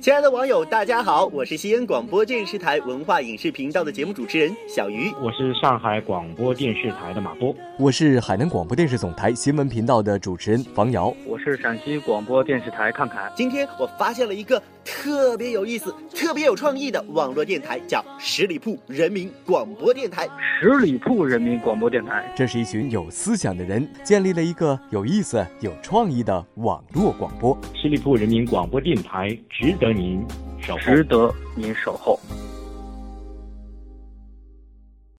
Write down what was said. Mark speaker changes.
Speaker 1: 亲爱的网友，大家好，我是西安广播电视台文化影视频道的节目主持人小鱼，
Speaker 2: 我是上海广播电视台的马波，
Speaker 3: 我是海南广播电视总台新闻频道的主持人房瑶，
Speaker 4: 我是陕西广播电视台看看。
Speaker 1: 今天我发现了一个特别有意思、特别有创意的网络电台，叫十里铺人民广播电台。
Speaker 4: 十里铺人民广播电台，
Speaker 3: 这是一群有思想的人建立了一个有意思、有创意的网络广播。
Speaker 2: 十里铺人民广播电台值得您守候。
Speaker 4: 值得您守候。